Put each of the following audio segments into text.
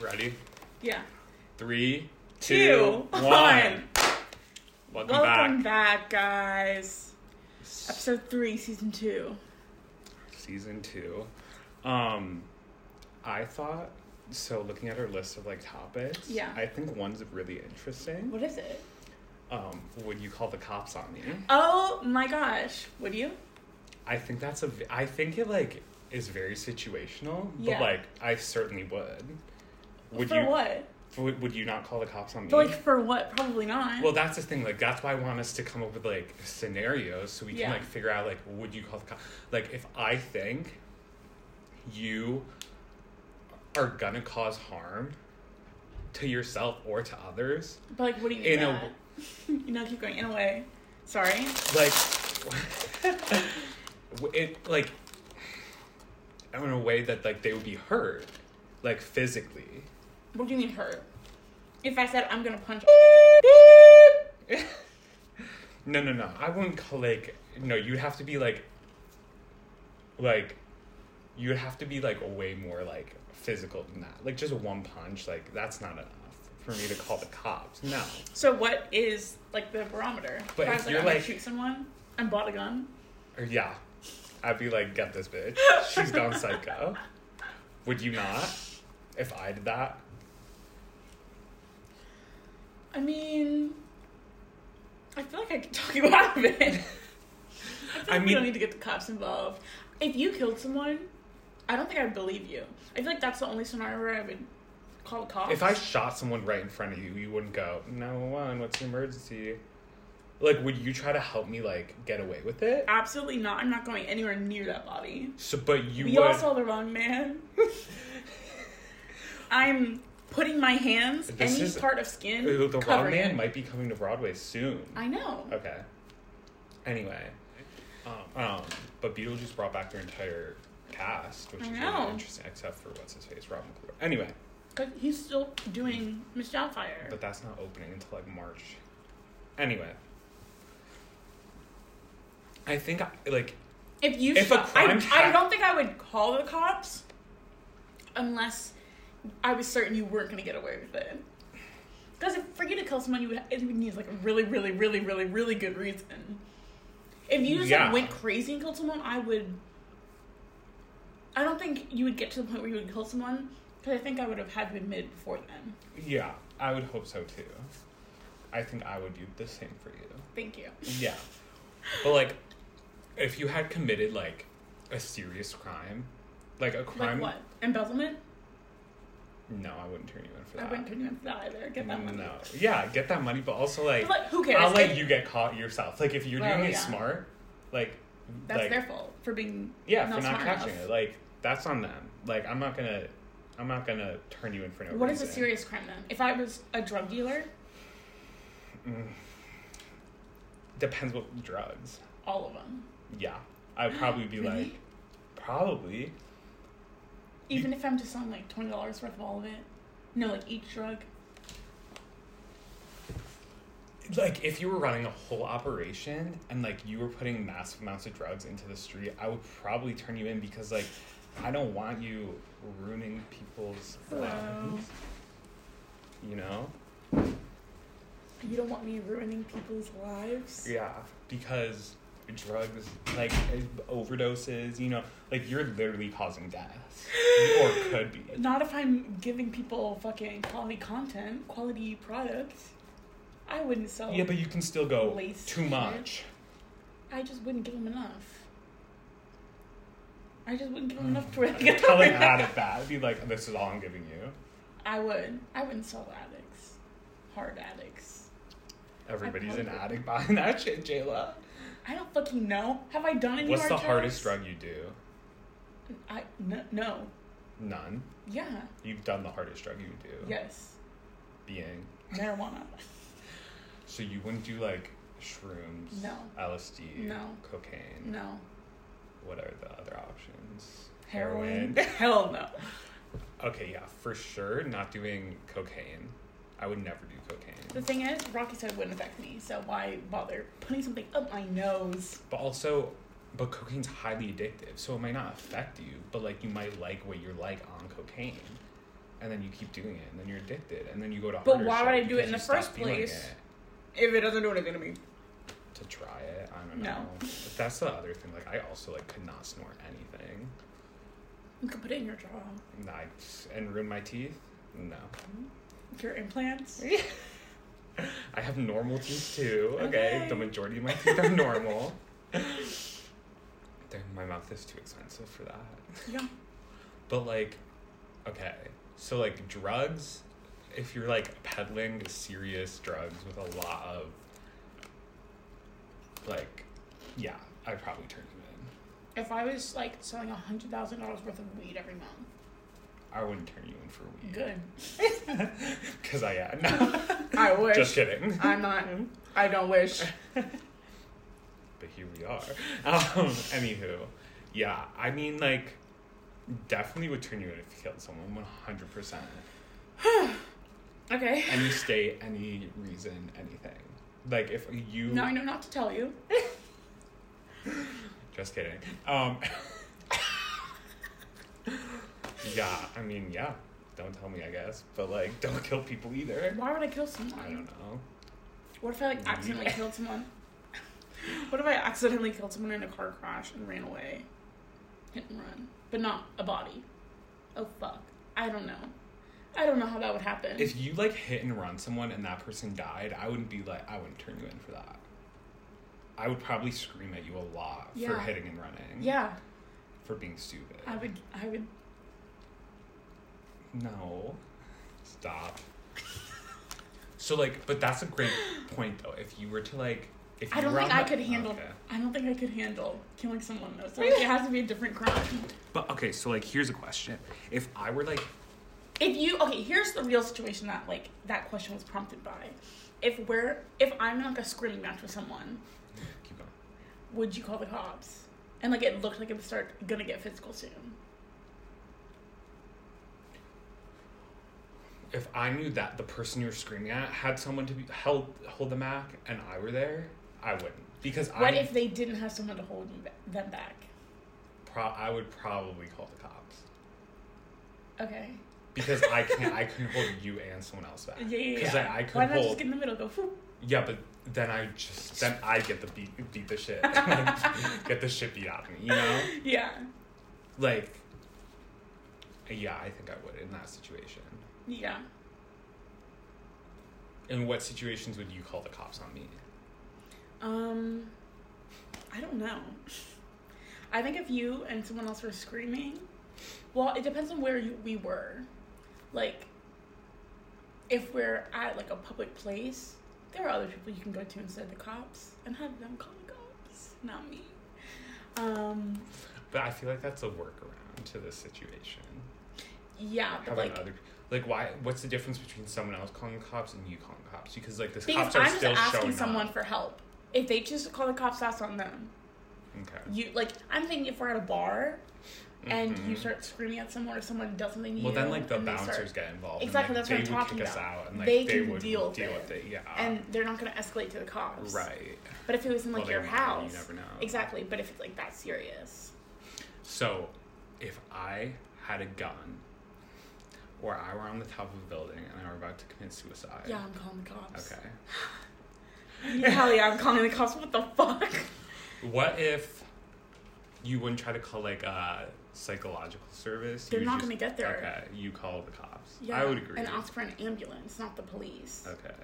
Ready? Yeah. Three, Two, two, one. one. Welcome, back. Welcome back. guys. Episode three, season two. Season two. Um, I thought so. Looking at our list of like topics, Yeah. I think one's really interesting. What is it? Um, would you call the cops on me? Oh my gosh. Would you? I think that's a. v- I think it like is very situational, but Yeah. like I certainly would. Would for you? what? Would, would you not call the cops on me? But like for what? Probably not. Well, that's the thing. Like, that's why I want us to come up with like scenarios so we Yeah. can like figure out like would you call the cop? Like, if I think you are gonna cause harm to yourself or to others, but like, what do you mean? in a by that? you know, keep going. In a way. Sorry. like, w- it like in a way that like they would be hurt, like physically. What do you mean hurt? If I said I'm gonna punch. No, no, no. I wouldn't call like no. You'd have to be like, like, you'd have to be like way more like physical than that. Like just one punch, like that's not enough for me to call the cops. No, So what is like the barometer? But if I if was you're, I'm gonna like- shoot someone and bought a gun. or yeah, I'd be like, get this bitch. She's gone psycho. Would you not? If I did that, I mean, I feel like I could talk you out of it. I, feel like I we mean- don't need to get the cops involved. If you killed someone, I don't think I'd believe you. I feel like that's the only scenario where I would call the cops. if I shot someone right in front of you, you wouldn't go no one. What's the emergency? Like, would you try to help me like get away with it? absolutely not. I'm not going anywhere near that body. So, but you You, would. all saw the wrong man. I'm putting my hands, This any is- part of skin, The the Raw covering Man it. might be coming to Broadway soon. I know. Okay. Anyway, um, um, but Beetlejuice brought back their entire cast, which I is know. really interesting, except for what's his face, Rob McClure. Anyway, 'Cause he's still doing Miss Doubtfire. but that's not opening until like March. Anyway, I think I, like If you, If a shot- I, crime I hap- don't think I would call the cops unless I was certain you weren't going to get away with it. Because if for you to kill someone, you would, it would need like a really, really, really, really, really good reason. If you just Yeah. like, went crazy and killed someone, I would. I don't think you would get to the point where you would kill someone because I think I would have had to admit it before then. yeah, I would hope so too. I think I would do the same for you. Thank you. Yeah. But like if you had committed like a serious crime, like a Like crime what? Embezzlement? No, I wouldn't turn you in for I that. wouldn't turn you in for that either. Get that money. No. Yeah, get that money, but also like, But, like, who cares? I'll let If- you get caught yourself. Like if you're Well, doing it yeah. smart, like That's like, their fault for being Yeah, not for not smart catching enough. it. Like that's on them. Like I'm not gonna I'm not gonna turn you in for no What is reason. a serious crime then? If I was a drug dealer, depends what drugs. all of them. Yeah. I would probably be Really? like probably Even if I'm just selling like twenty dollars worth of all of it. No, like each drug. like if you were running a whole operation and like you were putting massive amounts of drugs into the street i would probably turn you in because like i don't want you ruining people's Hello. lives you know You don't want me ruining people's lives. yeah because drugs like overdoses you know like you're literally causing death or could be Not if I'm giving people fucking quality content, quality products. I wouldn't sell. yeah but you can still go Laced too shit. much I just wouldn't give them enough. I just wouldn't give Mm. them enough to really I'd get tell away an with it. addict that I'd be like this is all i'm giving you I would. I wouldn't sell addicts, hard addicts. everybody's an probably- addict buying that shit jayla I don't fucking know. Have I done any what's hard the drugs? hardest drug you do I no, no. None. Yeah. You've done the hardest drug you would do. Yes. Being. Marijuana. So you wouldn't do like shrooms. No. LSD. No. Cocaine. No. What are the other options? Heroin. Hell no. okay, yeah, for sure. Not doing cocaine. I would never do The cocaine. thing is, Rocky said it wouldn't affect me, so why bother putting something up my nose? But also, but cocaine's highly addictive, so it might not affect you. But like, you might like what you're like on cocaine. and then you keep doing it, and then you're addicted, and then you go to. But harder why would shit I do it because you in the stop first feeling place? it If it doesn't do anything to me. to try it, I don't know. No. But that's the other thing. Like I also like could not snort anything, You could put it in your jaw. and I and ruin my teeth. No, Your implants. I have normal teeth too. Okay, Okay. the majority of my teeth are normal. Damn, my mouth is too expensive for that. Yeah. But like, okay, so like drugs, if you're like peddling serious drugs with a lot of, like, yeah, I probably turn you in. If I was like selling a hundred thousand dollars worth of weed every month, I wouldn't turn you in for a week. good. Cause I yeah, no, I wish. just kidding. I'm not. I don't wish. But here we are. Um, anywho, yeah, I mean like, definitely would turn you in if you killed someone, one hundred percent. Okay. Any state, any reason, anything. Like if you Now I know not to tell you. Just kidding. Um, yeah, I mean, yeah. Don't tell me, I guess. But, like, don't kill people either. Why would I kill I someone? don't know. What if I like accidentally killed someone? What if I accidentally killed someone in a car crash and ran away? Hit and run. But not a body. Oh fuck. I don't know. I don't know how that would happen. If you, like, hit and run someone and that person died, I wouldn't be like, I wouldn't turn you in for that. I would probably scream at you a lot for Yeah. hitting and running. yeah. For being stupid. I would I would No. Stop. so, like, but that's a great point, though. If you were to, like, if you I don't were think on I the- could handle Okay. I don't think I could handle killing someone though. So like, it has to be a different crime. But okay, so like here's a question. If I were like if you okay here's the real situation that like that question was prompted by if we're if i'm in like a screaming match with someone keep going. would you call the cops and like it looked like it was start gonna get physical soon If I knew that the person you were screaming at had someone to be held hold them back and I were there, I wouldn't. Because I what if they didn't have someone to hold them ba- them back pro- I would probably call the cops. okay Because I can't I couldn't hold you and someone else back. yeah yeah, Because yeah. I, I why could not just hold get in the middle and go Phew. Yeah, but then I just then I get the beat beat the shit. Like, get the shit beat out of me, you know? yeah Like yeah, I think I would in that situation. yeah In what situations would you call the cops on me? um i don't know i think if you and someone else were screaming well it depends on where you, we were like if we're at like a public place, there are other people you can go to instead of the cops and have them call the cops, not me. Um, But I feel like that's a workaround to this situation. yeah, How but about like other like why what's the difference between someone else calling the cops and you calling the cops? Because like the because cops are I'm just still asking showing someone up. for help. If they just call the cops, that's on them. Okay. You like I'm thinking if we're at a bar and you Mhm. start screaming at someone or someone does something to Well you, then like the and they start- bouncers get involved. Exactly, and, like, that's they what I'm would talking kick us about. out and like They they, can would deal with it. with it, yeah. and they're not going to escalate to the cops, right. But if it was in like Well, they your might, house, You never know. exactly. But if it's like that serious, So if I had a gun or I were on the top of a building and I were about to commit suicide. yeah, I'm calling the cops. Okay. Yeah, Hell yeah, I'm calling the cops. What the fuck? What if you wouldn't try to call like a psychological service? They're You not just- gonna get there. Okay, you call the cops. I would agree. Uh, And ask for an ambulance, not the police. okay.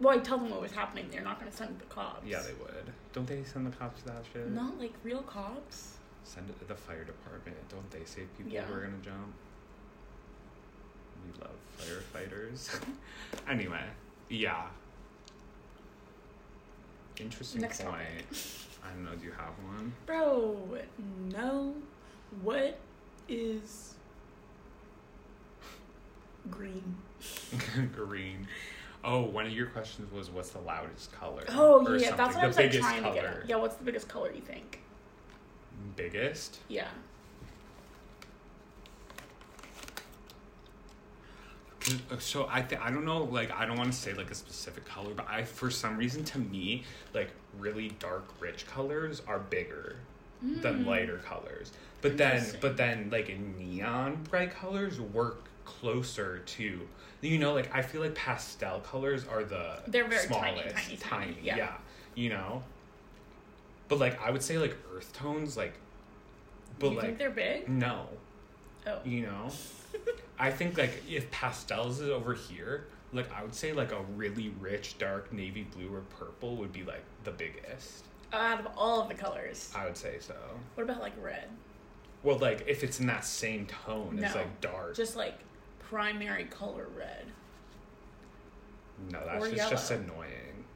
Well, I tell them what was happening. They're not going to send the cops. Yeah, they would. Don't they send the cops to that shit? Not like real cops. Send it to the fire department. Don't they save people Yeah. who are gonna jump? We love firefighters. anyway, yeah. Interesting Next point. topic. I don't know. Do you have one? Bro, no. What is green? green. Oh, one of your questions was what's the loudest color? Oh, or yeah, that's something. what I was like biggest trying to get color. at. Yeah, what's the biggest color you think? Biggest? Yeah. 'Cause- uh, So I th- I don't know like I don't want to say like a specific color, but I for some reason to me like really dark rich colors are bigger than lighter colors. But then Hmm. Interesting. but then like neon bright colors work closer to you know like I feel like pastel colors are the They're very tiny, smallest tiny, tiny, yeah. you know but like I would say like earth tones like but you like think they're big? no Oh. you know I think like if pastels is over here like I would say like a really rich dark navy blue or purple would be like the biggest Out of all of the colors. I would say so What about like red? Well, like if it's in that same tone, it's No. like dark. Just like primary color red. no, that's or just, just yellow. annoying.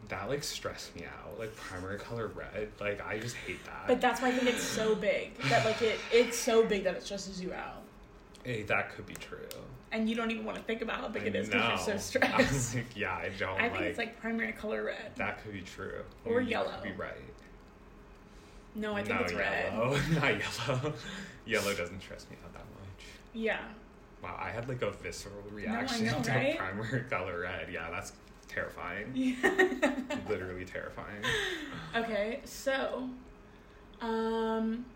That like stressed me out. Like primary color red. Like I just hate that. But that's why I think it's so big. That like it it's so big that it stresses you out. Eh, that could be true. And you don't even want to think about how big I it is because know. you're so I was stressed. like, yeah, I don't I like, think it's like primary color red. that could be true. Or You yellow. Could be right. No, I think no, it's red. yellow. Not yellow. yellow doesn't stress me out that much. Yeah. Wow, I had like a visceral reaction know, to right? primary color red. Yeah, that's terrifying. Literally terrifying. okay, so um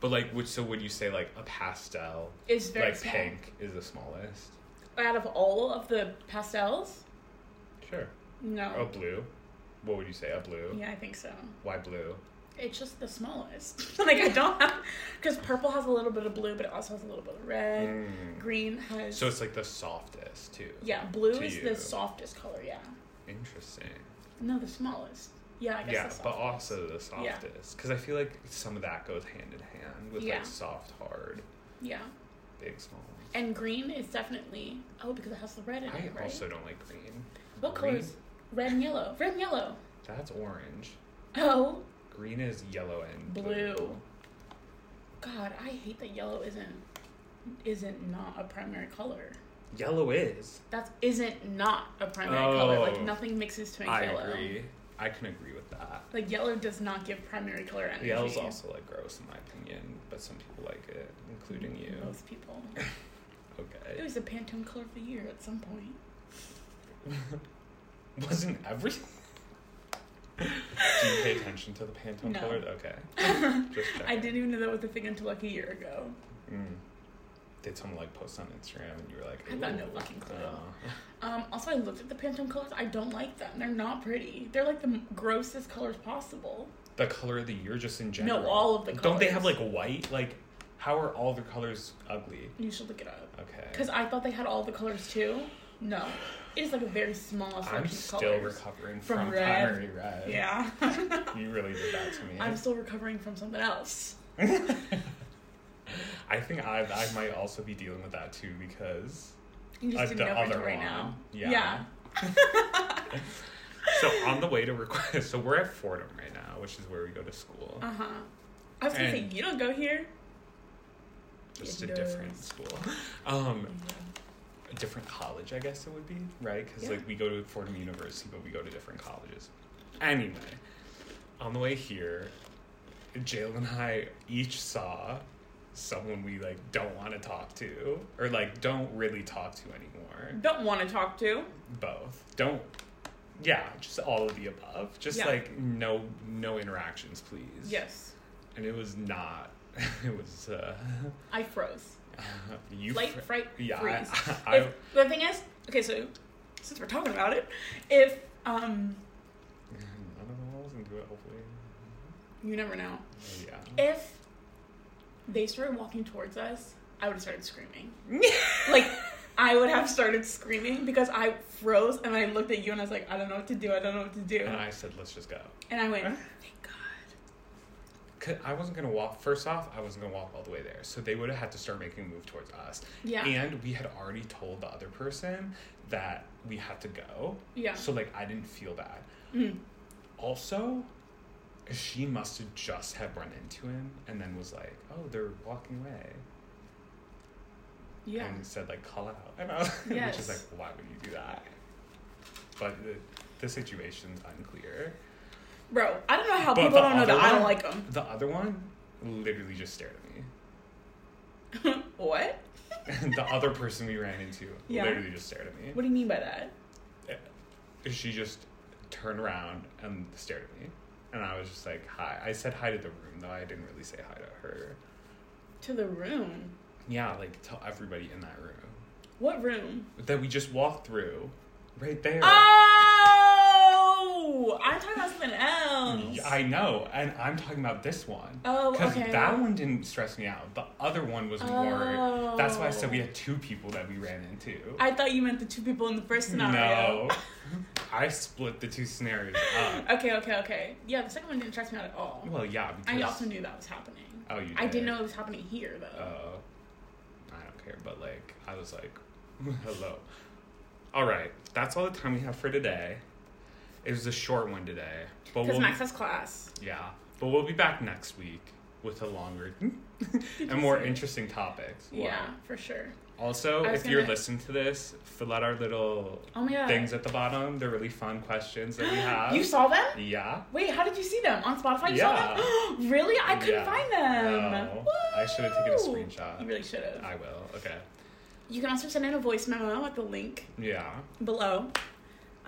But like, which so would you say like a pastel, it's very like small. pink, is the smallest? Out of all of the pastels? Sure. No. A Oh, blue. What would you say? A blue. Oh. Yeah, I think so. Why blue? It's just the smallest. like I don't have because purple has a little bit of blue, but it also has a little bit of red. Mm. Green has So it's like the softest too. yeah. Blue to is you. the softest color. Yeah. Interesting. No, the smallest. Yeah, I guess. Yeah, the but softest. also the softest because I feel like some of that goes hand in hand with Yeah. like soft, hard, Yeah, big, small. and green is definitely oh because it has the red in I it, right? also don't like green. what green? colors? Red and yellow. Red and yellow. That's orange. Oh, Green is yellow and Blue. God, I hate that yellow isn't isn't not a primary color. Yellow is. That's isn't not a primary color. Like Oh. nothing mixes to make I yellow. agree. I can agree with that. Like yellow does not give primary color energy. Yellow's also like gross in my opinion, but some people like it, including you. Most people. It Okay. was a Pantone color of the year at some point. Wasn't every Do you pay attention to the Pantone No. color? Okay. Just checking. I didn't even know that was a thing until like a year ago. Mm. Did someone like post on Instagram and you were like, I've got no "Ooh." fucking clue. Oh. Um, also, I looked at the Pantone colors. I don't like them. They're not pretty. They're like the m- grossest colors possible. the color of the year, just in general. all of the Don't they have colors. like white? Like, how are all the colors ugly? You should look it up. Okay. Because I thought they had all the colors too. No. It is like a very small selection I'm of still colors. recovering From from, red. primary red. yeah. You really did that to me. I'm still recovering from something else. I think I I might also be dealing with that too because You just Uh, didn't the know it other until right one. now. Yeah. so on the way to request so we're at Fordham right now, which is where we go to school. Uh huh. I was gonna And- say you don't go here. Just a it different does. school. Um a different college, I guess it would be, right? Cuz Yeah. like we go to Fordham University, but we go to different colleges. Anyway, on the way here, Jalen and I each saw someone we like don't want to talk to or like don't really talk to anymore. Don't want to talk to. both don't yeah just all of the above just Yeah. like no no interactions please Yes. and it was not it was uh I froze. you Light fr- fright yeah freeze. I, I, If- the thing is, okay, so since we're talking about it, if um, I don't know I wasn't do it hopefully you never know, yeah if they started walking towards us, I would have started screaming. like I would have started screaming because I froze and I looked at you and I was like, I don't know what to do. I don't know what to do. and I said let's just go And I went, thank God. 'Cause I wasn't gonna walk first off I wasn't gonna walk all the way there so they would have had to start making a move towards us Yeah. and we had already told the other person that we had to go Yeah. so like I didn't feel bad Mm. Also, she must have just have run into him and then was like, "Oh, they're walking away," Yeah. and said like, "Call out," and I was, which Yes. is like, why would you do that? But the, the situation's unclear. Bro, I don't know how But people the don't know that other I one- don't like them. The other one literally just stared at what? me. the other person we ran into Yeah. literally just stared at me. What do you mean by that? She just turned around and stared at me, and I was just like, "Hi." I said hi to the room though. I didn't really say hi to her. To the room. yeah, like tell everybody in that room What room? that we just walked through, right there. Oh, I'm talking about something else. Yeah, I know, and I'm talking about this one. Oh, okay. that one didn't stress me out. The other one was more. That's why I said we Oh. had two people that we ran into. I thought you meant the two people in the first scenario. no, I split the two scenarios up. okay, okay, okay. Yeah, the second one didn't stress me out at all. Uh. Well, yeah. Because, I also knew that was happening. Oh, you. Did. I didn't know it was happening here Uh, though. I don't care, but like, I was like, hello. All right, that's all the time we have for today. It was a short one today, but Because we'll Max has class. yeah, but we'll be back next week with a longer and more interesting topics. Wow. Yeah, for sure. Also, I was if you're gonna- listening to this, fill out our little Oh my god. things at the bottom. They're really fun questions that we have. You saw them? yeah. Wait, how did you see them? On Spotify you saw Yeah. them? really? I couldn't Yeah. find them. No. I should have taken a Woo! screenshot. You really should have. I will. Okay. You can also send in a voice memo at the link Yeah. below.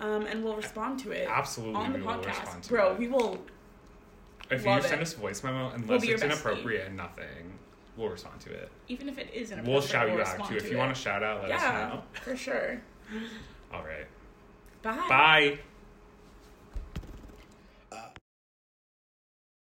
Um, and we'll respond to it Absolutely. on the we Will respond podcast. to Bro, it. we will if you love send it. us a voice memo, unless be your it's bestie. inappropriate and nothing, we'll respond to it. even if it is an We'll shout you out too. If you want to shout out, let Yeah, us for sure. know. All right. Bye. Bye.